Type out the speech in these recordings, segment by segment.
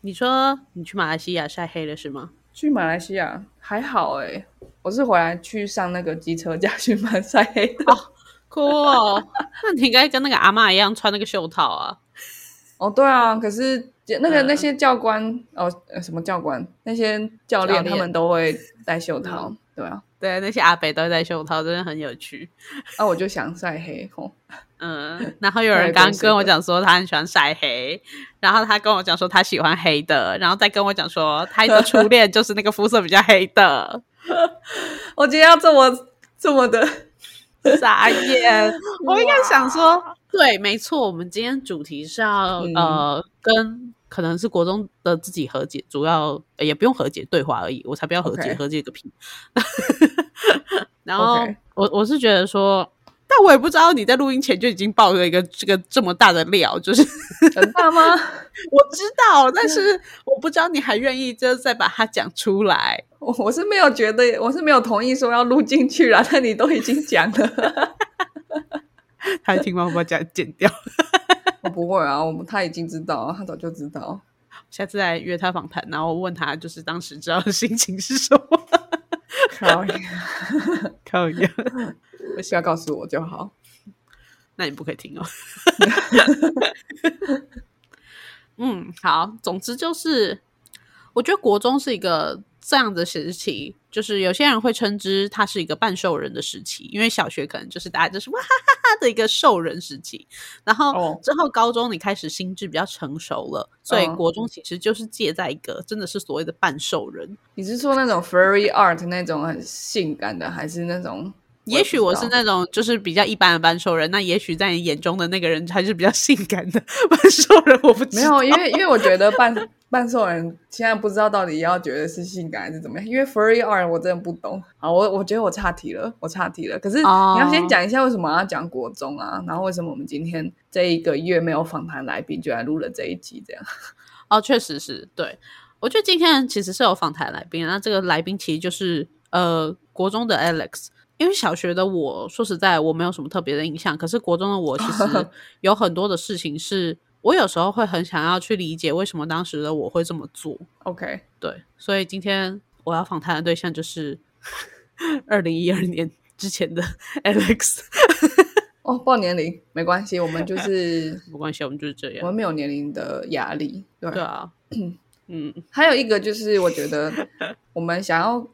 你说你去马来西亚晒黑了是吗？去马来西亚还好哎、我是回来去上那个机车驾训班 晒黑的。酷哦，那你应该跟那个阿嬷一样穿那个袖套啊。哦，对啊，可是那个、嗯那些教官哦，呃什么教官，那些教练教练他们都会戴袖套，对啊。对，那些阿北都会戴袖套，真的很有趣。啊，我就想晒黑吼，嗯，然后有人对刚对刚跟我是的讲说他很喜欢晒黑，然后他跟我讲说他喜欢黑的，然后再跟我讲说他的初恋就是那个肤色比较黑的，我今天要这么这么 的， 傻 眼。我应该哇想说，对，没错，我们今天主题是要、嗯呃跟可能是国中的自己和解，主要、呃也不用和解对话而已，我才不要和解 OK 和解个屁。 然后 OK 我我是觉得说。但我也不知道你在录音前就已经爆了一个这个这么大的料， 就是很大吗？我知道，但是我不知道你还愿意就是再把它讲出来。我我是没有觉得，我是没有同意说要录进去啦， 但你都已经讲了，他听吗？我把讲剪掉， 我不会啊，我他已经知道啊，他早就知道。下次来约他访谈，然后问他就是当时知道的心情是什么。靠，靠呀，不要告诉 我就好。 那你不可以听哦。 嗯，好，总之就是，我觉得国中是一个这样的时期，就是有些人会称之它是一个半兽人的时期，因为小学可能就是大家就是哇哈哈哈的一个兽人时期，然后哦之后高中你开始心智比较成熟了，所以嗯国中其实就是借在一个真的是所谓的半兽人。你是说那种 furry art 那种很性感的，还是那种？也许我是那那种就是比较一般的半兽人，那也许在你眼中的那个人还是比较性感的 半兽人，我不知没道。有，因为因为我觉得半 半兽人现在不知道到底要觉得是性感还是怎么样，因为 furry art 我真的不懂。好，我我觉得我岔题了，我岔题了。可是你哦要先讲一下为什么要讲国中啊，然后为什么我们今天这一个月没有访谈来宾，居然录了这一集这样？哦，确实是对。我觉得今天其实是有访谈来宾，那这个来宾其实就是呃国中的 Alex，因为小学的我说实在我没有什么特别的印象，可是国中的我其实有很多的事情是我有时候会很想要去理解为什么当时的我会这么做。 OK，对，所以今天我要访谈的对象就是 二零一二年之前的 Alex， 哦，报年龄没关系，我们就是 没关系，我们就是这我样。们没有年龄的压力，对吧对啊，嗯，还有一个就是，我觉得我们想要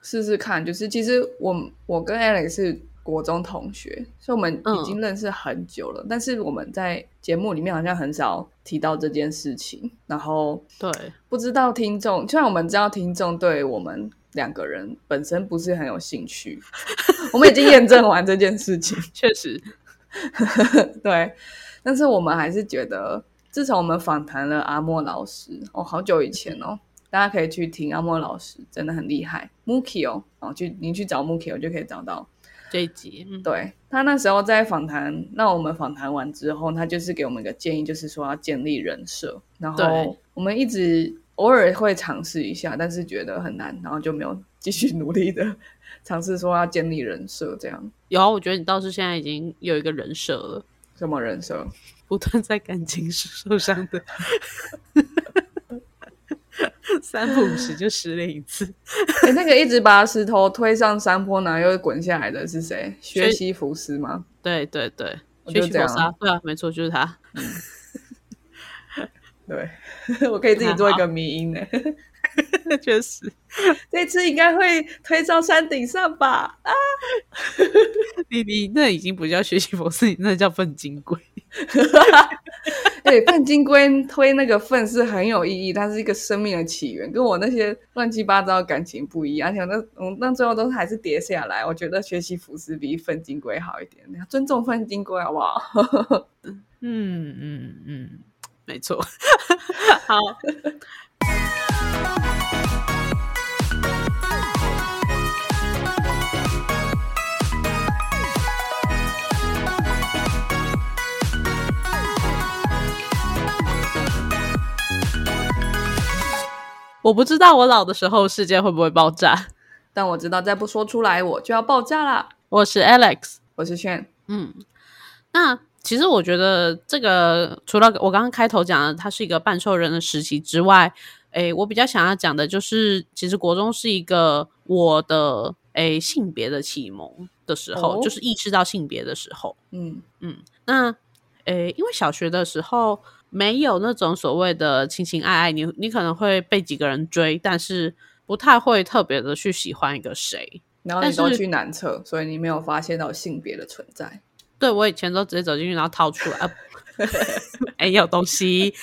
试试看，就是其实我我跟 Alex 是国中同学，所以我们已经认识很久了，但是我们在节目里面好像很少提到这件事情，然后对，不知道听众，虽然我们知道听众对我们两个人本身不是很有兴趣，我们已经验证完这件事情，确实，对，但是我们还是觉得，自从我们访谈了阿莫老师，哦，好久以前哦，大家可以去听阿莫老师，真的很厉害。Mukio，哦，去你去找 Mukio 就可以找到。这一集，嗯，对他那时候在访谈，让我们访谈完之后，他就是给我们一个建议，就是说要建立人设。然对后我们一直偶尔会尝试一下，但是觉得很难，然后就没有继续努力的 尝试说要建立人设，这样有啊，我觉得你倒是现在已经有一个人设了，什么人设？不断在感情受伤的，三不五时就失恋一次。 哎、那个一直把石头推上山坡，然后又滚下来的是谁？薛薛西弗斯吗？ 对对对，我学就习这谋样杀，对啊，没错，就是他。对， 啊我可以自己做一个迷音呢。 确实，这次应该会推到山顶上吧？ 啊，你你那已经不叫学习博士，你那叫粪金龟。对，粪金龟推那个粪是很有意义，它是一个生命的起源，跟我那些乱七八糟的感情不一样。而且我那嗯，那最后都还是跌下来。我觉得学习弗斯比粪金龟好一点，你要尊重粪金龟好不好？ 嗯嗯嗯，没 错。好，我不知道我老的时候世界会不会爆炸。但我知道再不说出来我就要爆炸啦。我是 Alex，我是炫，嗯，那其实我觉得这个除了我刚刚开头讲的，它是一个半兽人的时期之外，诶，我比较想要讲的就是，其实国中是一个我的诶性别的启蒙的时候，哦就是意识到性别的时候。嗯那诶，因为小学的时候没有那种所谓的情情爱爱，你你可能会被几个人追，但是不太会特别的去喜欢一个谁。然后但你都是去男厕，所以你没有发现到性别的存在。对我以前都直接走进去，然后掏出来，啊哎、有东西。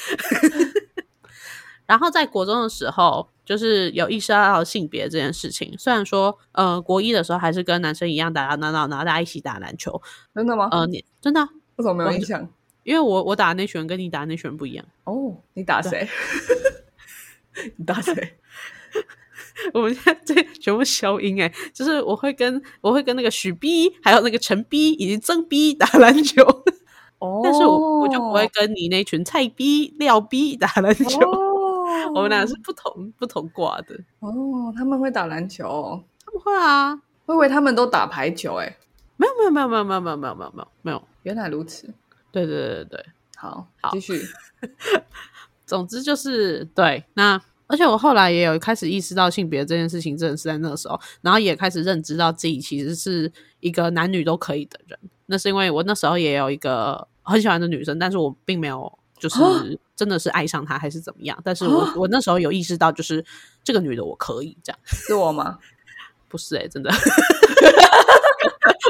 然后在国中的时候，就是有意识到性别这件事情。虽然说，呃，国一的时候还是跟男生一样打打闹闹，然后大家一起打篮球。真的吗？呃，你真的啊、为什么没有我印象？因为我我打的那群人跟你打的那群人不一样， 哦，你打谁？ 你打谁？我们现在这全部消音哎、就是我会跟我会跟那个许 B，还有那个陈 B 以及曾 B 打篮球， 哦 但是我我就不会跟你那群蔡 B、廖 B 打篮球。 哦，我们俩是不同不同挂的。哦，他们会打篮球哦，他们会啊，我以为他们都打排球诶。没有没有没有没有没有没有没有没有没有没有，原来如此。对对对对对，好，好继续。总之就是对那。而且我后来也有开始意识到性别这件事情，真的是在那时候，然后也开始认知到自己其实是一个男女都可以的人。那是因为我那时候也有一个很喜欢的女生，但是我并没有就啊是真的是爱上她还是怎么样。但是我啊我那时候有意识到，就是这个女的我可以这样。是我吗？不是哎、真的。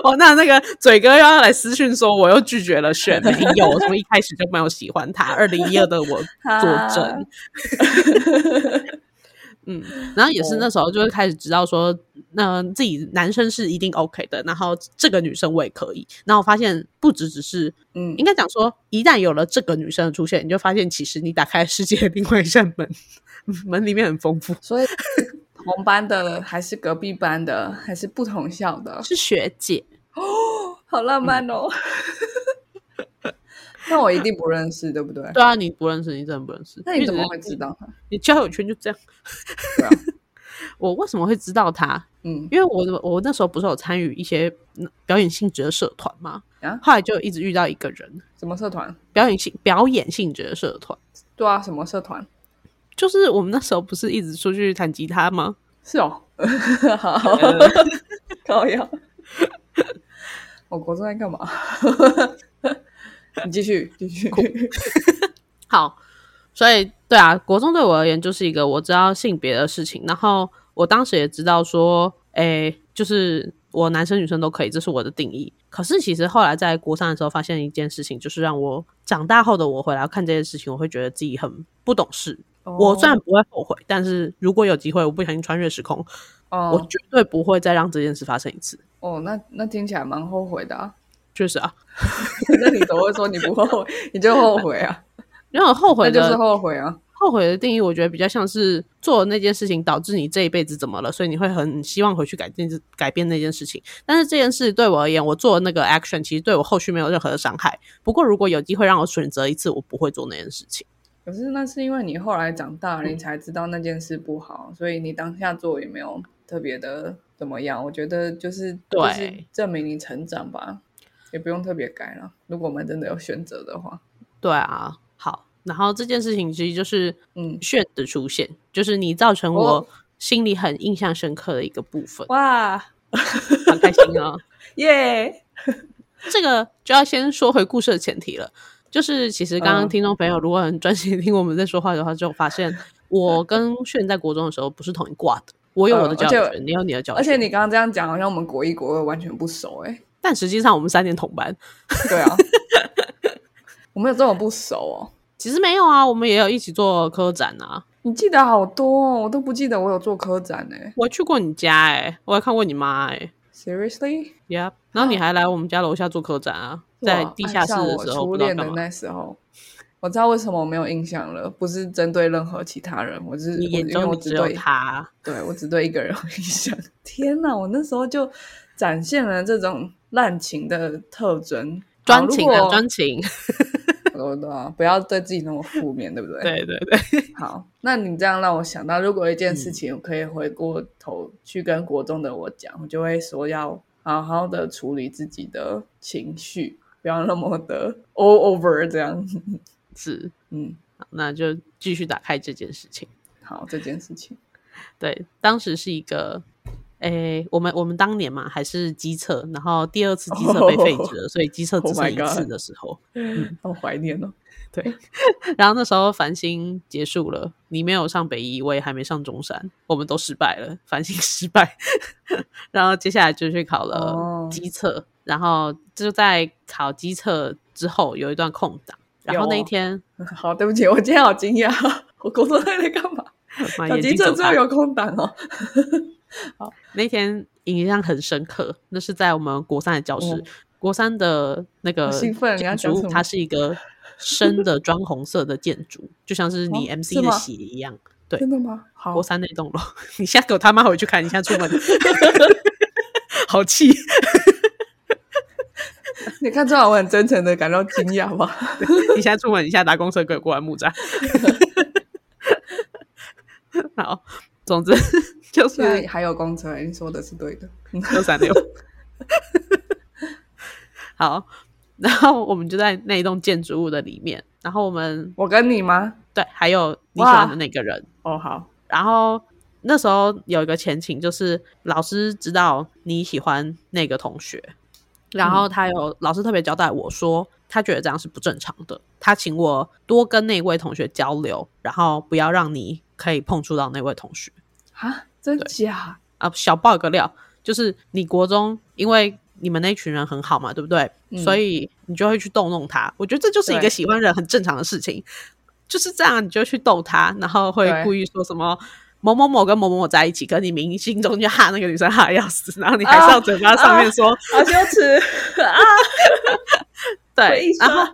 哦，那那个嘴哥又要来私讯说，我又拒绝了选，没 有，从一开始就没有喜欢他。二零一二的我 作证， 嗯，然后也是那时候就会开始知道说，那、自己男生是一定 OK 的，然后这个女生我也可以。然后我发现不只只是，嗯应，该讲说，一旦有了这个女生的出现，你就发现其实你打开世界的另外一扇门， 门里面很丰富， 所以同班的还是隔壁班的，还是不同校的，是学姐。好浪漫哦。嗯 那我一定不认识，对不对？对啊，你不认识，你真的不认识。那你因为怎只么是会知道他？你交友圈就这样。对啊， 我为什么会知道他？嗯因为我我那时候不是有参与一些嗯表演性质的社团嘛，啊，后来就一直遇到一个人，什么社团？表演性表演性质的社团，对啊，什么社团？就是我们那时候不是一直出去弹吉他吗？是哦， 呃好， 高要。 我国中在干嘛？ 你继续，继续。 好，所以对啊，国中对我而言就是一个我知道性别的事情，然后我当时也知道说，诶，就是我男生女生都可以，这是我的定义。可是其实后来在国三的时候，发现一件事情，就是让我长大后的我回来看这件事情，我会觉得自己很不懂事。哦我虽然不会后悔，但是如果有机会，我不小心穿越时空，哦我绝对不会再让这件事发生一次。哦，那那听起来蛮后悔的啊。 确实啊，那你怎么会说你不后悔？ 你就后悔啊？因为我后那悔就的是后悔啊。后悔的定义，我觉得比较像是做了那件事情导致你这一辈子怎么了，所以你会很希望回去改变改变那件事情。但是这件事对我而言，我做的那个 action 其实对我后续没有任何的伤害。不过如果有机会让我选择一次，我不会做那件事情。可是那是因为你后来长大了，你才知道那件事不好，所以你当下做也没有特别的怎么样。我觉得就是对就是证明你成长吧，也不用特别改了。如果我们真的有选择的话，对啊，好。然后这件事情其实就是嗯，炫的出现，就是你造成哦我心里很印象深刻的一个部分，哇很开心啊、耶，这个就要先说回故事的前提了，就是其实刚刚嗯听众朋友如果很专心地听我们在说话的话，就发现我跟炫在国中的时候不是同一挂的，我有我的嗯教而育且圈，你有你的教育而且圈你刚刚这样讲，好像我们国一国二完全不熟哎、但实际上我们三年同班，对 啊，我们有这么不熟哦。其实没有啊，我们也有一起做科展啊，你记得好多哦，我都不记得我有做科展哎、我还去过你家哎、我还看过你妈哎、 Seriously， Yep，然后你还来我们家楼下做科展啊，在哇地下室爱上的我时候，初不知道恋干的嘛。那时候，我知道为什么我没有印象了，不是针对任何其他人，我是你眼我因为中我你只只有对，他，对我只对一个人有印象。天哪，我那时候就展现了这种滥情的特征，好专情啊，如专情。 果我懂啊，不要对自己那么负面，对不对？对对对，好，那你这样让我想到，如果一件嗯事情我可以回过头去跟国中的我讲，我就会说要好好的处理自己的情绪，不要那么的 all over 这样。 是，嗯，那就继续打开这件事情。好，这件事情对，当时是一个，诶、我们我们当年嘛还是机测，然后第二次机测被废止了所以机测 Oh 只剩 my 一 God 次的时候，好怀念哦。 对。然后那时候繁星结束了，你没有上北一，我也还没上中山，我们都失败了，繁星失败。 然后接下来就去考了哦机测然后就在考机测之后有一段空档，然后那一有哦 天好，对不起，我今天好惊讶，我工作在在干嘛？妈小啊眼急睛诊走之后开有空档哦。那天印象很深刻，那是在我们国三的教室，哦国三的那个好兴奋你要建讲筑什物，么它是一个深的砖红色的建筑，就像是你哦 MC 是的吗血一样。对真的吗？好国，三那栋楼， 你现在给我他妈回去看，你现在出门， 好气！你看，这晚我很真诚的感到惊讶吗？ 你现在出门，你现在搭公车给我过来木栅。 好，总之 就是现在还有公车，你说的是对的。 六三六。 好，然后我们就在那一栋建筑物的里面，然后我们我跟你吗？对，还有你喜欢的那个人，哦，好，然后那时候有一个前情，就是老师知道你喜欢那个同学，然后他有、老师特别交代我说，他觉得这样是不正常的，他请我多跟那位同学交流，然后不要让你可以碰触到那位同学。啊，真对假？啊，小爆一个料，就是你国中，因为你们那群人很好嘛，对不对？嗯所以你就会去逗弄他。我觉得这就是一个对喜欢人很正常的事情，就是这样，你就去逗他，然后会对故意说什么。某某某跟某某某在一起，跟你明星中就哈那个女生哈得要死，然后你还哦是要嘴巴上面说、 好羞耻啊！对回，然忆后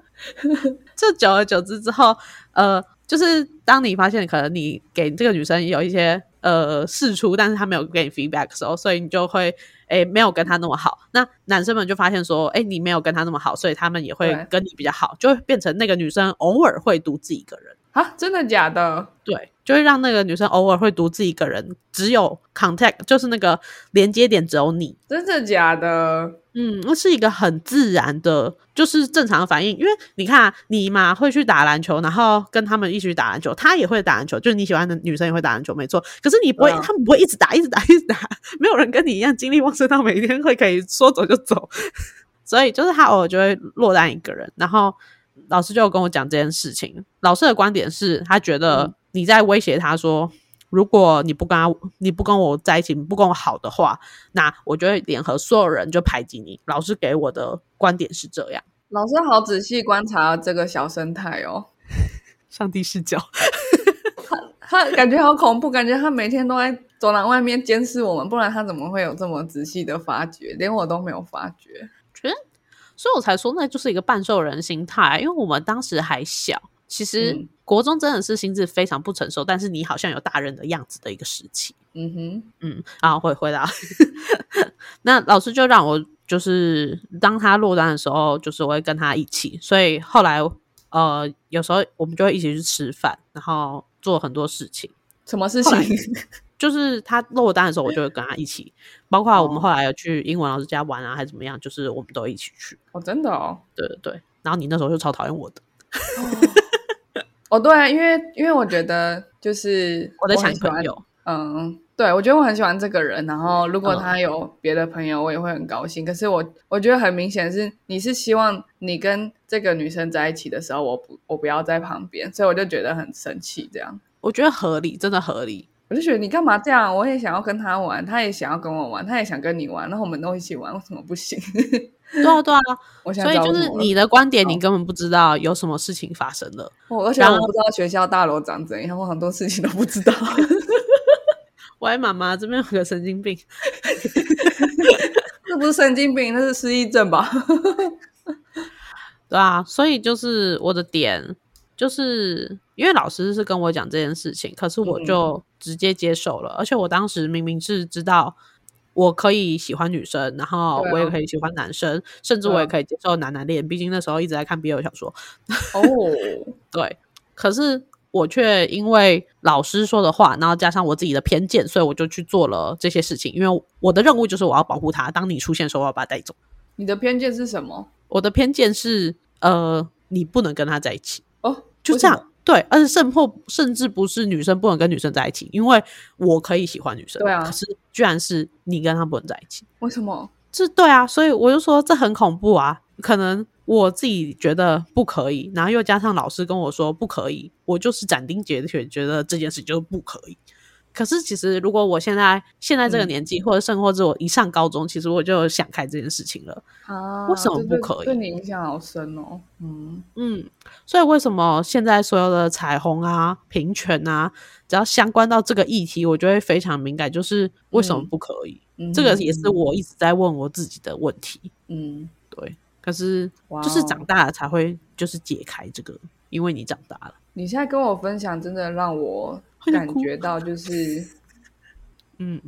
这久而久之之后，呃，就是当你发现可能你给这个女生有一些呃试出，但是她没有给你 feedback 的时候，所以你就会诶、没有跟她那么好。那男生们就发现说，诶、你没有跟她那么好，所以他们也会对跟你比较好，就会变成那个女生偶尔会独自一个人。啊，真的假的？对，就会让那个女生偶尔会独自一个人，只有 contact 就是那个连接点只有你，真的假的？嗯，那是一个很自然的，就是正常的反应。因为你看、啊，你嘛会去打篮球，然后跟他们一起去打篮球，他也会打篮球，就是你喜欢的女生也会打篮球，没错。可是你不会，对啊他们不会一直打，一直打，一直打。没有人跟你一样精力旺盛到每天会可以说走就走， 所以就是他偶尔就会落单一个人。然后老师就有跟我讲这件事情，老师的观点是他觉得你在威胁他说。如果你不跟他，你不跟我在一起，你不跟我好的话，那我就会联合所有人就排挤你。老师给我的观点是这样，老师好仔细观察这个小生态哦，上帝视角。他感觉好恐怖，感觉他每天都在走廊外面监视我们，不然他怎么会有这么仔细的发觉？连我都没有发觉。 所以我才说那就是一个半兽人心态，啊因为我们当时还小，其实嗯国中真的是心智非常不成熟，但是你好像有大人的样子的一个时期。嗯哼，嗯，然后回回答， 那老师就让我就是当他落单的时候，就是我会跟他一起，所以后来呃有时候我们就会一起去吃饭，然后做很多事情。什么事情后？ 来就是他落单的时候，我就会跟他一起，包括我们哦后来有去英文老师家玩啊，还是怎么样，就是我们都一起去。哦，真的哦。对对对，然后你那时候就超讨厌我的，哦，对，因为因为我觉得就是我在很想喜朋欢友，嗯，对，我觉得我很喜欢这个人，然后如果嗯他有别的朋友，我也会很高兴。可是我我觉得很明显是你是希望你跟这个女生在一起的时候，我不我不要在旁边，所以我就觉得很生气。这样，我觉得合理，真的合理。我就觉得你干嘛这样？我也想要跟他玩，他也想要跟我玩，他也想跟你玩，然后我们都一起玩，为什么不行？ 对啊对啊，我想所以就是你的观点，哦你根本不知道有什么事情发生了。我而且然我后不知道学校大楼长怎样，我很多事情都不知道。 喂，妈妈，这边有个神经病，这不是神经病，那是失忆症吧？ 对啊，所以就是我的点，就是因为老师是跟我讲这件事情，可是我嗯就直接接受了，而且我当时明明是知道我可以喜欢女生，然后对啊我也可以喜欢男生，甚至对啊我也可以接受男男恋，毕竟那时候一直在看 BL 小说，哦，对，可是。我却因为老师说的话，然后加上我自己的偏见，所以我就去做了这些事情。因为我的任务就是我要保护他，当你出现的时候，我要把他带走。你的偏见是什么？我的偏见是，呃，你不能跟他在一起，哦，就为这什么样。。对，而且甚或甚至不是女生不能跟女生在一起，因为我可以喜欢女生，对啊可是居然是你跟她不能在一起，为什么？这对啊，所以我就说这很恐怖啊。可能我自己觉得不可以，然后又加上老师跟我说不可以，我就是斩钉截铁觉得这件事就是不可以。可是其实如果我现在现在这个嗯年纪，或者甚或者我一上高中，其实我就想开这件事情了。啊，为什么这不对可以对你影响好深哦。嗯，嗯，所以为什么现在所有的彩虹啊、平权啊，只要相关到这个议题，我就会非常敏感，就是为什么嗯不可以？嗯这个也是，我一直在问我自己的问题。嗯，对，可是哇就是哦长大了才会就是解开这个，因为你长大了。你现在跟我分享，真的让我快点感哭觉到，就是嗯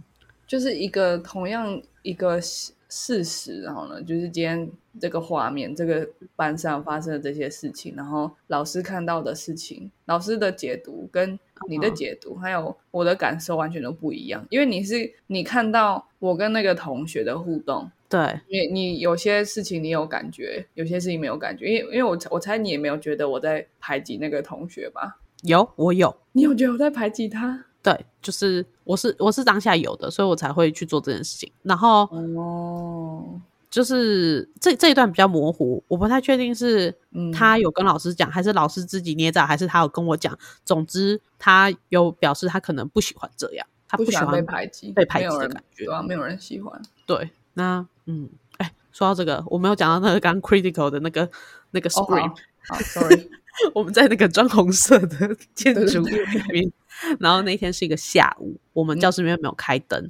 就是一个同样一个事事实，然后呢，就是今天这个画面，这个班上发生的这些事情，然后老师看到的事情，老师的解读跟你的嗯解读，还有我的感受完全都不一样，因为你是你看到我跟那个同学的互动，对，你你有些事情你有感觉，有些事情没有感觉，因为因为我我猜你也没有觉得我在排挤那个同学吧？有我有，你有觉得我在排挤他？对，就是我是我是当下有的，所以我才会去做这件事情。然后哦，就是这这一段比较模糊，我不太确定是嗯他有跟老师讲，还是老师自己捏造，还是他有跟我讲。总之，他有表示他可能不喜欢这样，他不喜喜欢欢被排挤，被排没有挤的人感觉对啊，没有人喜欢。对，那嗯，哎，说到这个，我没有讲到那个刚 critical 的那个那个哦，好 scream，、好，sorry， 我们在那个砖红色的建对对嗯筑物里面，然后那天是一个下午，我们教室里面没有开灯，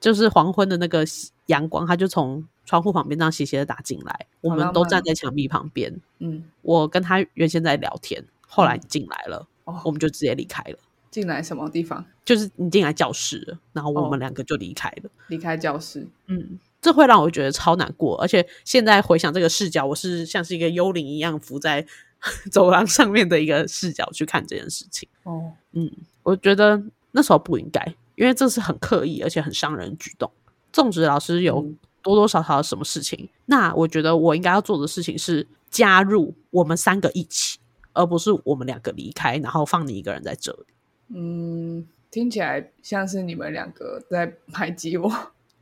就是黄昏的那个阳光，它就从窗户旁边这样斜斜的打进来，我好们浪都漫站哦在墙壁旁边，嗯，我跟他原先在聊天，后来嗯你进来了，我哦，们就直接离开了。进来什么地方？就是你进来教室了，然后我哦们两个就离开了。离开教室，嗯，这会让我觉得超难过，而且现在回想这个视角，我是像是一个幽灵一样浮在 走廊上面的一个视角去看这件事情。哦，我觉得那时候不应该，因为这是很刻意而且很伤人的举动。纵使老师有嗯多多少少的什么事情，那我觉得我应该要做的事情是加入我们三个一起，而不是我们两个离开，然后放你一个人在这里。嗯，听起来像是你们两个在排挤我，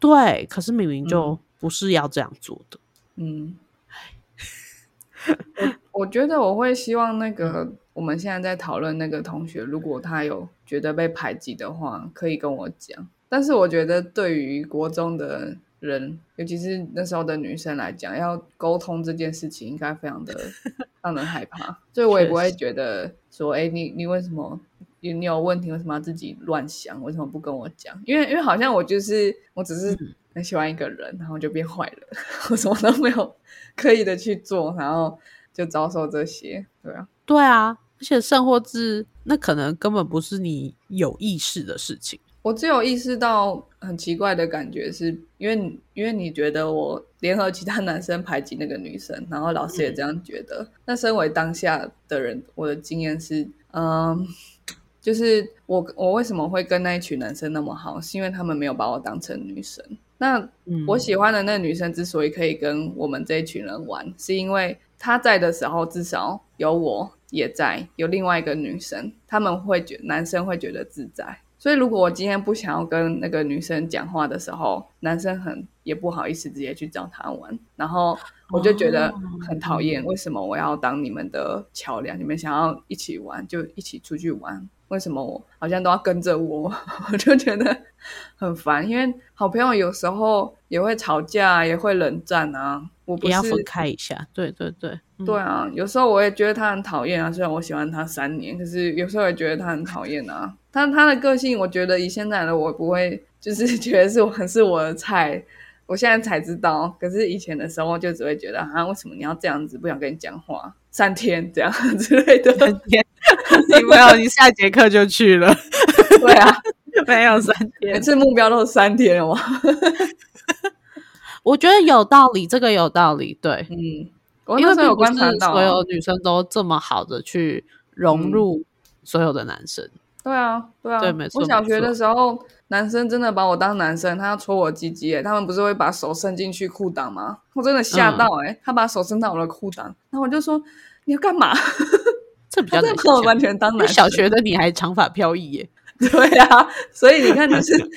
对，可是明明就嗯不是要这样做的。嗯，我我觉得我会希望那个我们现在在讨论那个同学，如果他有觉得被排挤的话，可以跟我讲。但是我觉得对于国中的人，尤其是那时候的女生来讲，要沟通这件事情，应该非常 的让人害怕。所以我也不会确实觉得说，哎、你你为什么？你你有问题，为什么要自己乱想？为什么不跟我讲？因为因为好像我就是我只是嗯很喜欢一个人，然后就变坏了， 我什么都没有刻意的去做，然后就遭受这些，对啊，对啊，而且甚或至那可能根本不是你有意识的事情。我只有意识到很奇怪的感觉是，因为你因为你觉得我联合其他男生排挤那个女生，然后老师也这样觉得。那身为当下的人，我的经验是，嗯，就是我我为什么会跟那一群男生那么好，是因为他们没有把我当成女生。那嗯我喜欢的那个女生之所以可以跟我们这一群人玩，是因为她在的时候，至少有我也在，有另外一个女生，他们会觉男生会觉得自在。所以如果我今天不想要跟那个女生讲话的时候，男生很也不好意思直接去找她玩，然后我就觉得哦很讨厌，为什么我要当你们的桥梁？你们想要一起玩就一起出去玩，为什么我好像都要跟着我？ 我就觉得很烦，因为好朋友有时候也会吵架，也会冷战啊。我不也是要分开一下。对对对，嗯对啊，有时候我也觉得他很讨厌啊。虽然我喜欢他三年，可是有时候也觉得他很讨厌啊。但他的个性，我觉得以现在的我不会，就是 觉得是我很是我的菜。我现在才知道，可是以前的时候就只会觉得啊，为什么你要这样子？不想跟你讲话，三天这样 之类的。三天，你没有，你下节课就去了，对啊， 没有三每天。次目标都是三天哦。我觉得有道理，这个有道理，对，嗯，我因那为时候并有不观察是到啊、所有女生都这么好的去融嗯入所有的男生。对啊，对啊，对没错我小没学错的时候，男生真的把我当男生，他要戳我鸡鸡耶，他们不是会把手伸进去裤裆吗？我真的吓嗯到哎、他把手伸到我的裤裆，然后我就说你要干嘛？ 这比较难他真的想把我象。完全当因男为生。小学的你还长发飘逸耶， 对啊，所以你看，就是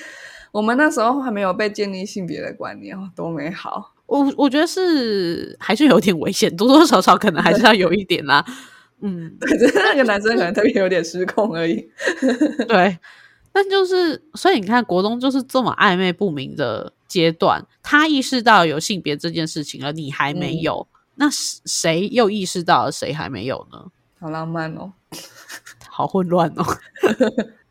我们那时候还没有被建立性别的观念，哦多美好。 我我觉得是还是有点危险，多多少少可能还是要有一点啦。嗯，对，只是那个男生可能特别有点失控而已。对，但就是，所以你看，国中就是这么暧昧不明的阶段，他意识到有性别这件事情了，你还没嗯有，那谁谁又意识到了，谁还没有呢？好浪漫哦。好混乱 哦。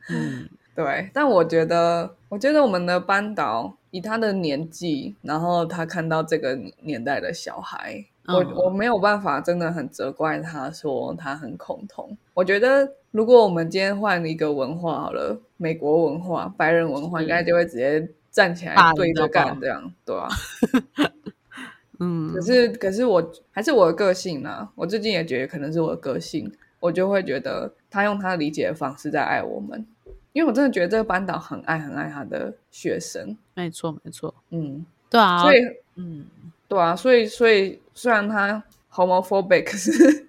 嗯，对，但我觉得，我觉得我们的班导以他的年纪，然后他看到这个年代的小孩，嗯我我没有办法，真的很责怪他说他很恐同。我觉得，如果我们今天换一个文化好了，美国文化、白人文化，是应该就会直接站起来霸凌对到着爆干这样，对啊吧、嗯可，是，可是我还是我的个性啊。我最近也觉得可能是我的个性，我就会觉得他用他理解的方式在爱我们，因为我真的觉得这个班导很爱很爱他的学生，没错，没错，嗯，对啊，所以嗯，对啊，所以所以虽然他 homophobic，可 是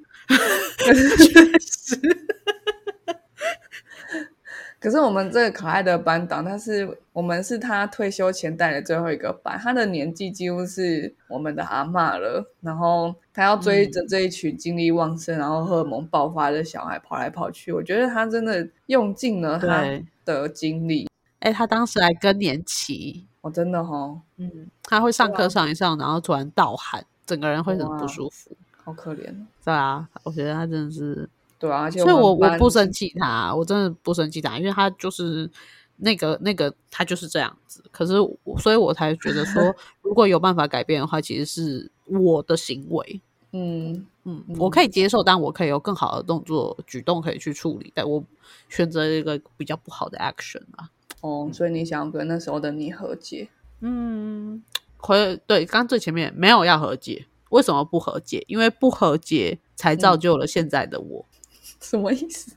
可是可是我们这个可爱的班导，他是我们是他退休前带的最后一个班，他的年纪几乎是我们的阿嬷了。然后他要追嗯着这一群精力旺盛、然后荷尔蒙爆发的小孩跑来跑去，我觉得他真的用尽了他对，的精力。哎，他当时还更年期，我、真的哦，嗯，他会上对啊课上一上，然后突然盗汗，整个人会很哇不舒服。好可怜。哦对啊，我觉得他真的是对啊，而且所以们我我班不生气他，啊我真的不生气他，因为他就是那个那个他就是这样子。可是我，所以我才觉得 说，如果有办法改变的话，其实是我的行为，嗯，嗯，我可以接受，但我可以有更好的动作举动可以去处理，但我选择一个比较不好的 action 啊。哦，所以你想要跟那时候的你和解？嗯，回对刚最前面没有要和解，为什么不和解？因为不和解才造就了现在的我。什么意思？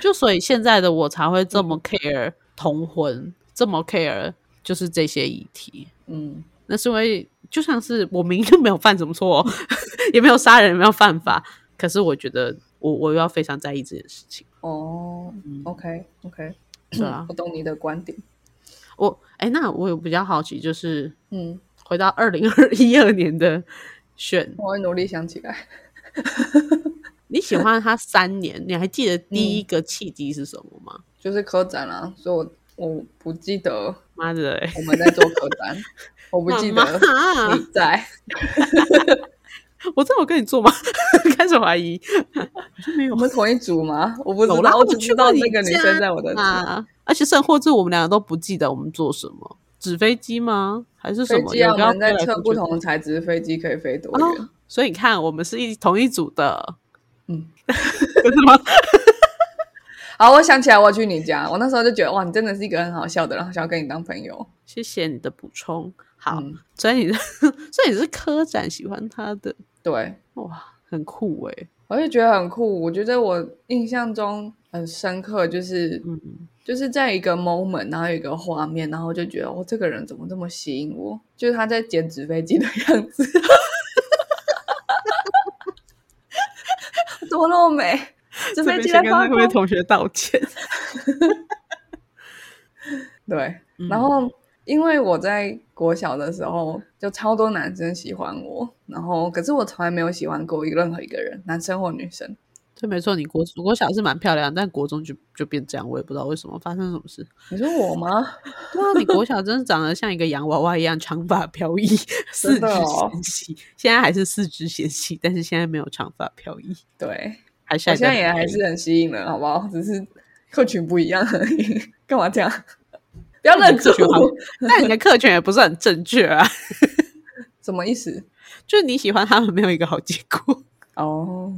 就所以现在的我才会这么 care 同婚，这么 care 就是这些议题。嗯，那是因为就像是我明明就没有犯什么错、哦， 也没有杀人，也没有犯法，可是我觉得我我又要非常在意这件事情。哦，OK OK，对嗯啊我懂你的观点。我哎，那我有比较好奇，就是嗯，回到二零二一二年的选，我会努力想起来。你喜欢他三年，你还记得第一个契机是什么吗？就是科展啦、所以我我不记得妈的、欸，我们在做科展，我不记得妈妈你在。我真的有跟你做吗？ 开始怀疑，好像没有我。们同一组吗？我不知有啦道，我我只去知道过你那个女家生在我的组。啊，而且甚或至我们两个都不记得我们做什么，纸飞机吗？还是什飞么？机啊，有我个要们在飞来飞测不去的同材质的飞机可以飞多远哦。。所以你看，我们是一同一组的，嗯，真的吗？好，我想起来，我去你家，我那时候就觉得哇，你真的是一个很好笑的人，好想要跟你当朋友。谢谢你的补充。好， 嗯所以你所以你是科展喜欢他的，对，哇，很酷哎诶、我就觉得很酷。我觉得我印象中很深刻，就是嗯，就是在一个 moment，然后有一个画面，然后就觉得我、哦、这个人怎么这么吸引我？就是他在捡纸飞机的样子， 怎么那么美？纸飞机在先跟发那位光。同学道歉。对，嗯 然后因为我在国小的时候就超多男生喜欢我，然后可是我从来没有喜欢过任何一个人，男生或女生。对，没错，你国国小是蛮漂亮，但国中就就变这样，我也不知道为什么发生什么事。 你说我吗？对啊，你国小真的长得像一个洋娃娃一样，长发飘逸， 四肢的哦纤细。现在还是四肢纤细，但是现在没有长发飘逸，对，还我晒现在得也很还黑是很吸引人，好不好？只是客群不一样而已。 干嘛这样？不要认客主，群好但你的客群也不是很正确啊， 什么意思？就是你喜欢他们没有一个好结果。 哦，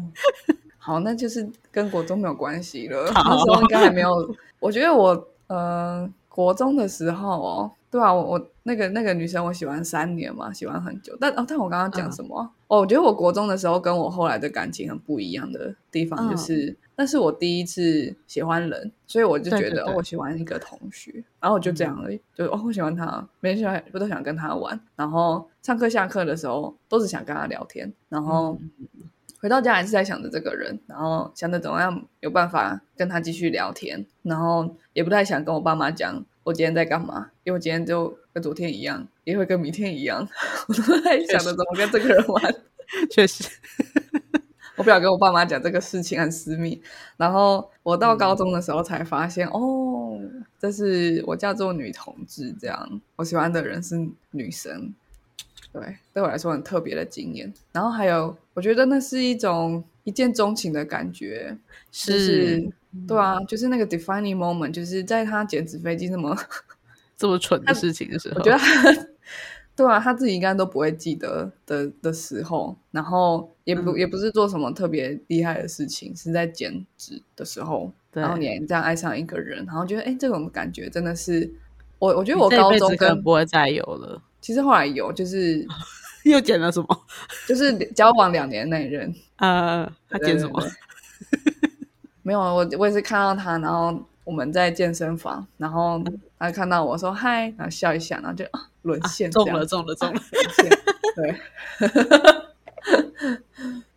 好，那就是跟国中没有关系了。好那时候应该还没有，我觉得我呃，国中的时候哦，对啊，我我那个那个女生我喜欢三年嘛，喜欢很久。但哦，但我刚刚嗯讲什么啊？哦，我觉得我国中的时候跟我后来的感情很不一样的地方，就嗯是、那是我第一次喜欢人，所以我就对觉对得哦对嗯我喜欢一个同学，然后我就这样而已，就哦我喜欢他，每天喜欢我都想跟他玩，然后上课下课的时候都只想跟他聊天，然后。回到家还是在想着这个人，然后想着怎么样有办法跟他继续聊天，然后也不太想跟我爸妈讲我今天在干嘛，因为我今天就跟昨天一样，也会跟明天一样， 我都在想着怎么跟这个人玩。确实，我不想跟我爸妈讲这个事情，很私密。然后我到高中的时候才发现，哦，这是我叫做女同志，这样我喜欢的人是女生，对，对我来说很特别的经验。然后还有，我觉得那是一种一见钟情的感觉，就是对啊，就是那个 defining moment，就是在他剪纸飞机那么这么蠢的事情的时候，我觉得他，嗯 对啊，他自己应该都不会记得的的时候，然后也不、嗯也不是做什么特别厉害的事情，是在减脂的时候，对然后你这样爱上一个人，然后觉得哎、诶这种感觉真的是我，我觉得你我这一高辈子中可能跟不会再有了。 其实后来有，就是又剪了什么？就是交往两年的那一任，呃，他对剪什？么对？对没有，啊我我也是看到他，然后我们在健身房，然后嗯他看到我说嗨，然后笑一下，然后就啊沦陷、这中样了，中了，中了！啊对，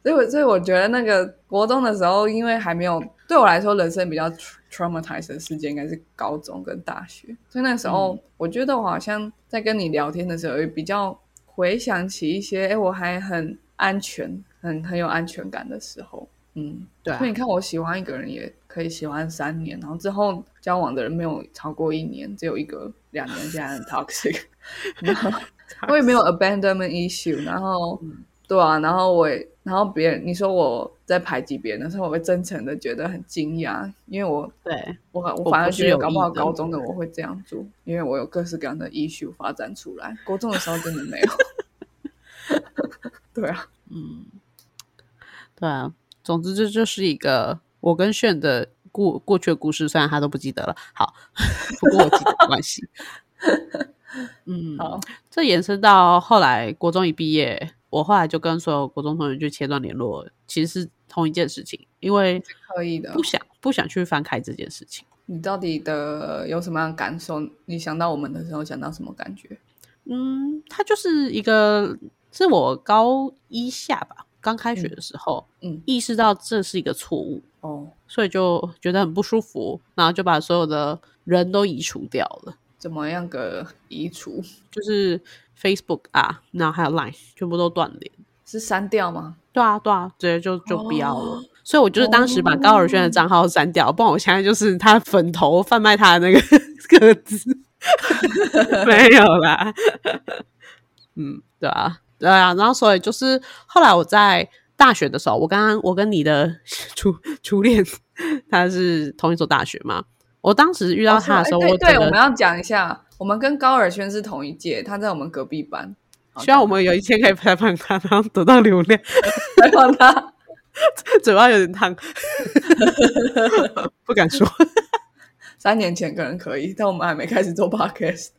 所以我所以我觉得那个国中的时候，因为还没有对我来说人生比较 tra- traumatized 的事件，应该是高中跟大学。所以那时候，我觉得我好像在跟你聊天的时候，也比较回想起一些，哎，我还很安全，很很有安全感的时候。嗯，对啊所以你看，我喜欢一个人也可以喜欢三年，然后之后交往的人没有超过一年，只有一个两年，现在很 toxic。然 后我也没有 abandonment issue，然后、嗯对啊，然后我也，然后别人你说我在排挤别人的时候，我会真诚的觉得很惊讶，因为我对，我我我反而不是觉得有搞不意好的高中的我会这样做，因为我有各式各样的 issue 发展出来，国中的时候真的没有。 对啊，嗯，对啊。总之，这就是一个我跟炫的过过去的故事，虽然他都不记得了。好， 不过我记得没关系。嗯，好，这延伸到后来国中一毕业，我后来就跟所有国中同学就切断联络了，其实是同一件事情，因为可以的不。想不想去翻开这件事情。你到底的有什么样的感受？你想到我们的时候，想到什么感觉？嗯，它就是一个是我高一下吧，刚开学的时候，嗯嗯意识到这是一个错误，哦，所以就觉得很不舒服，然后就把所有的人都移除掉了，怎么样个移除？就是 Facebook 啊，然后还有 Line 全部都断联。是删掉吗？对啊，对啊，直接就就不要了。哦所以我就是当时把高尔宣的账号删掉，不然我现在就是他粉头贩卖他的那个 个资，没有啦。嗯，对啊，对啊。然后所以就是后来我在大学的时候，我刚刚我跟你的初初恋，他是同一所大学嘛。我当时遇到他的时候，哦是我吗哎对对，整我个们要讲一下，我们跟高尔轩是同一届，他在我们隔壁班。好希望我们有一天可以采访他，然后得到流量。采访他，嘴巴有点烫， 不敢说。三年前可能可以，但我们还没开始做 podcast。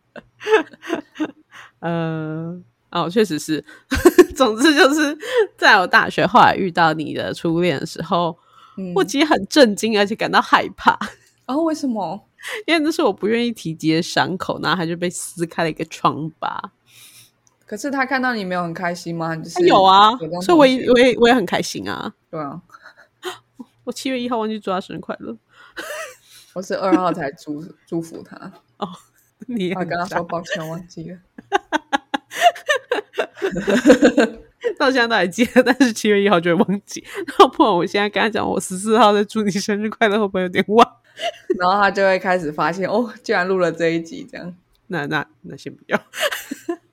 呃，哦，确实是。 总之就是，在我大学后来遇到你的初恋的时候，嗯，我其实很震惊，而且感到害怕， 然后、为什么？因为那是我不愿意提及的伤口，然后它就被撕开了一个疮疤。可是他看到你没有很开心吗？就是有啊有当，所以我同也学我也我也很开心啊。对啊，我七月一号忘记祝他生日快乐 我是二号才祝祝福他，哦， 你也他很跟他渣说抱歉，忘记了。 到现在都还记得，但是七月一号就会忘记。 要不然我现在跟他讲我十四号在祝你生日快乐，会不会有点晚？然后他就会开始发现，哦，居然录了这一集，这样。那那那先不要。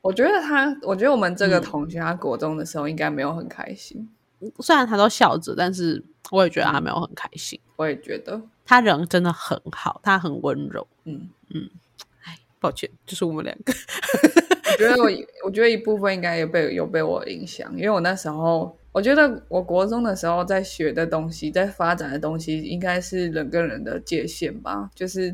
我觉得他，我觉得我们这个嗯同学，他国中的时候应该没有很开心。虽然他都笑着，但是我也觉得他没有很开心。我也觉得，他人真的很好，他很温柔。嗯，哎，抱歉，就是我们两个。我觉得我，我觉得一部分应该也被有被我影响，因为我那时候我觉得我国中的时候在学的东西，在发展的东西，应该是人跟人的界限吧。就是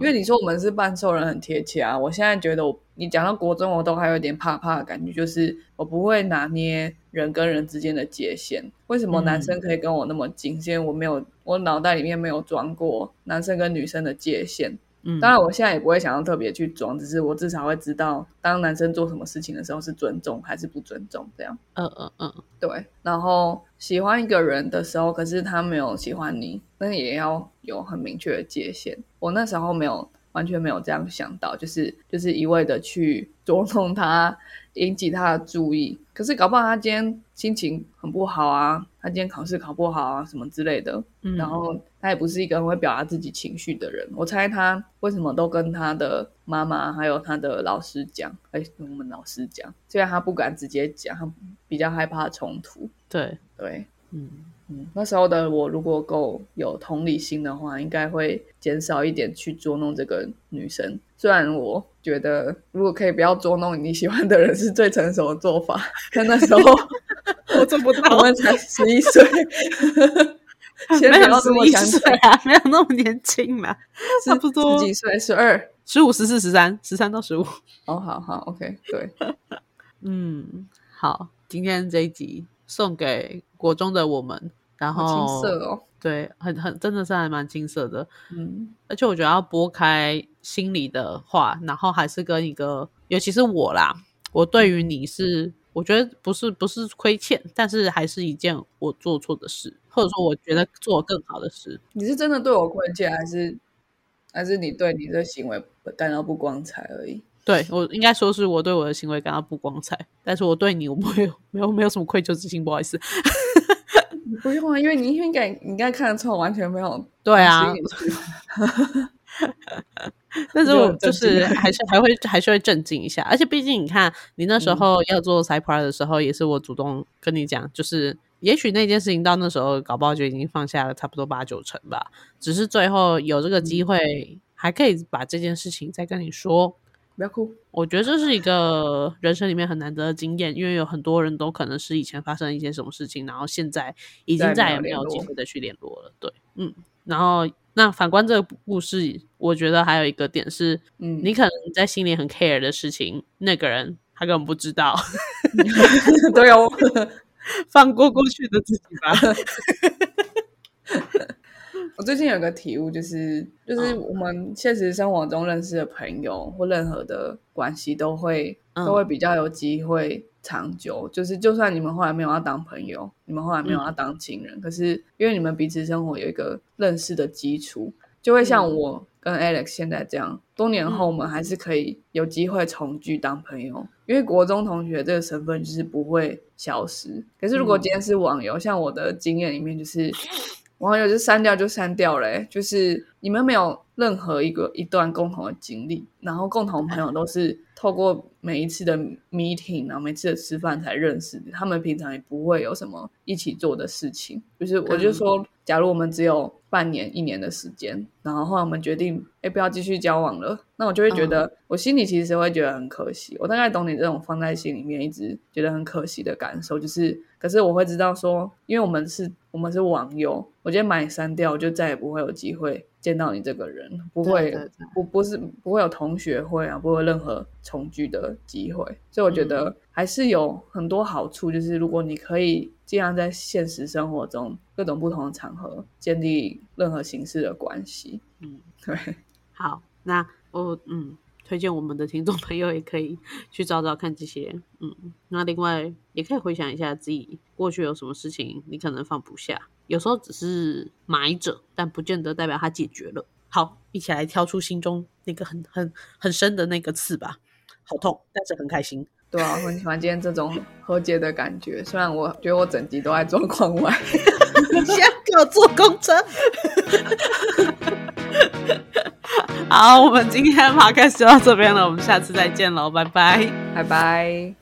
因为你说我们是半兽人，很贴切啊。我现在觉得我，你讲到国中，我都还有点怕怕的感觉，就是我不会拿捏人跟人之间的界限。为什么男生可以跟我那么近？是因为我没有，我脑袋里面没有装过男生跟女生的界限。嗯，当然，我现在也不会想要特别去装，只是我至少会知道，当男生做什么事情的时候是尊重还是不尊重这样。嗯嗯嗯，对，然后喜欢一个人的时候，可是他没有喜欢你，那也要有很明确的界限。我那时候没有完全没有这样想到，就是就是一味的去捉弄他，引起他的注意。可是搞不好他今天心情很不好啊，他今天考试考不好啊，什么之类的。嗯然后他也不是一个很会表达自己情绪的人。我猜他为什么都跟他的妈妈还有他的老师讲，哎，跟我们老师讲，虽然他不敢直接讲，他比较害怕冲突。对，对，嗯嗯，那时候的我如果够有同理心的话，应该会减少一点去捉弄这个女生。虽然我觉得，如果可以不要捉弄你喜欢的人，是最成熟的做法。但那时 候我做不 我们才十一岁，先没不有要十这么一想岁啊，没有那么年轻啦，差不多十几岁，十二。十五、十四、十三，十三到十五。哦，好好，OK，对，嗯，好，今天这一集送给国中的我们，然后好青涩哦。对，很很真的是还蛮青涩的，嗯，而且我觉得要拨开心里的话，然后还是跟一个，尤其是我啦，我对于你是，我觉得不是不是亏欠，但是还是一件我做错的事，或者说我觉得做更好的事。你是真的对我亏欠，还是还是你对你的行为感到不光彩而已？对我应该说是我对我的行为感到不光彩，但是我对你我没有没有没有什么愧疚之心，不好意思。不用啊，因为你应该你应该看得出我完全没有。对啊你是你是但是就我很就震惊是还是还会还是会震惊一下，而且毕竟你看，你那时候要做 side part 的时候，也是我主动跟你讲，就是也许那件事情到那时候，搞不好就已经放下了差不多八九成吧，只是最后有这个机会，还可以把这件事情再跟你说。不要 哭。我觉得这是一个人生里面很难得的经验，因为有很多人都可能是以前发生一些什么事情，然后现在已经再再没也有没联有机络会再去联络了。对，嗯，然后那反观这个故事，我觉得还有一个点是，嗯，你可能在心里很 care 的事情，那个人他根本不知道，对哦，放过过去的自己吧。 我最近有个体悟，就是就是嗯我们现实生活中认识的朋友或任何的关系，都会、嗯都会比较有机会长久。就是就算你们后来没有要当朋友，你们后来没嗯有要当情人，可是因为你们彼此生活有一个认识的基础，就会像嗯我跟 Alex 现在这样，多年后嗯我们还是可以有机会重聚当朋友，因为国中同学这个身份就是不会消失。可是如果嗯今天是网友，像我的经验里面就是。网友就删掉就删掉了欸、就是你们没有任何一个一段共同的经历，然后共同朋友都是透过每一次的 meeting，然后每次的吃饭才认识的，他们平常也不会有什么一起做的事情。就是我就说，假如我们只有半年、一年的时间，然后后来我们决定，哎，不要继续交往了，那我就会觉嗯得，我心里其实会觉得很可惜。我大概懂你这种放在心里面一直觉得很可惜的感受，就是，可是我会知道说，因为我们是，我们是网友，我今天把你删掉，我就再也不会有机会见到你这个人，不对会对对不不是不会有同学会啊，不会有任何重聚的机会，所以我觉得还是有很多好处，就是如果你可以尽量在现实生活中各种不同的场合建立任何形式的关系，嗯，对，好，那我嗯推荐我们的听众朋友也可以 去找找看这些，嗯，那另外也可以回想一下自己过去有什么事情你可能放不下，有时候只是埋着，但不见得代表它解决了。好，一起来挑出心中那个很很很深的那个刺吧，好痛，但是很开心。 对啊，我很喜欢今天这种和解的感觉，虽然我觉得我整集都在状况外。你现在给我坐公车。 好，我们今天的 podcast 就到这边了，我们下次再见喽，拜拜。拜拜。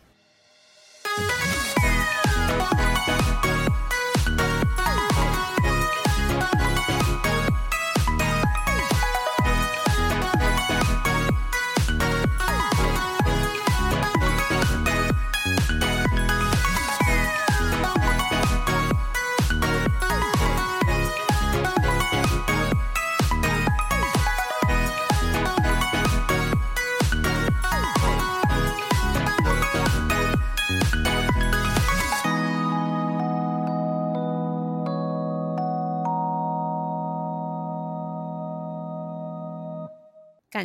感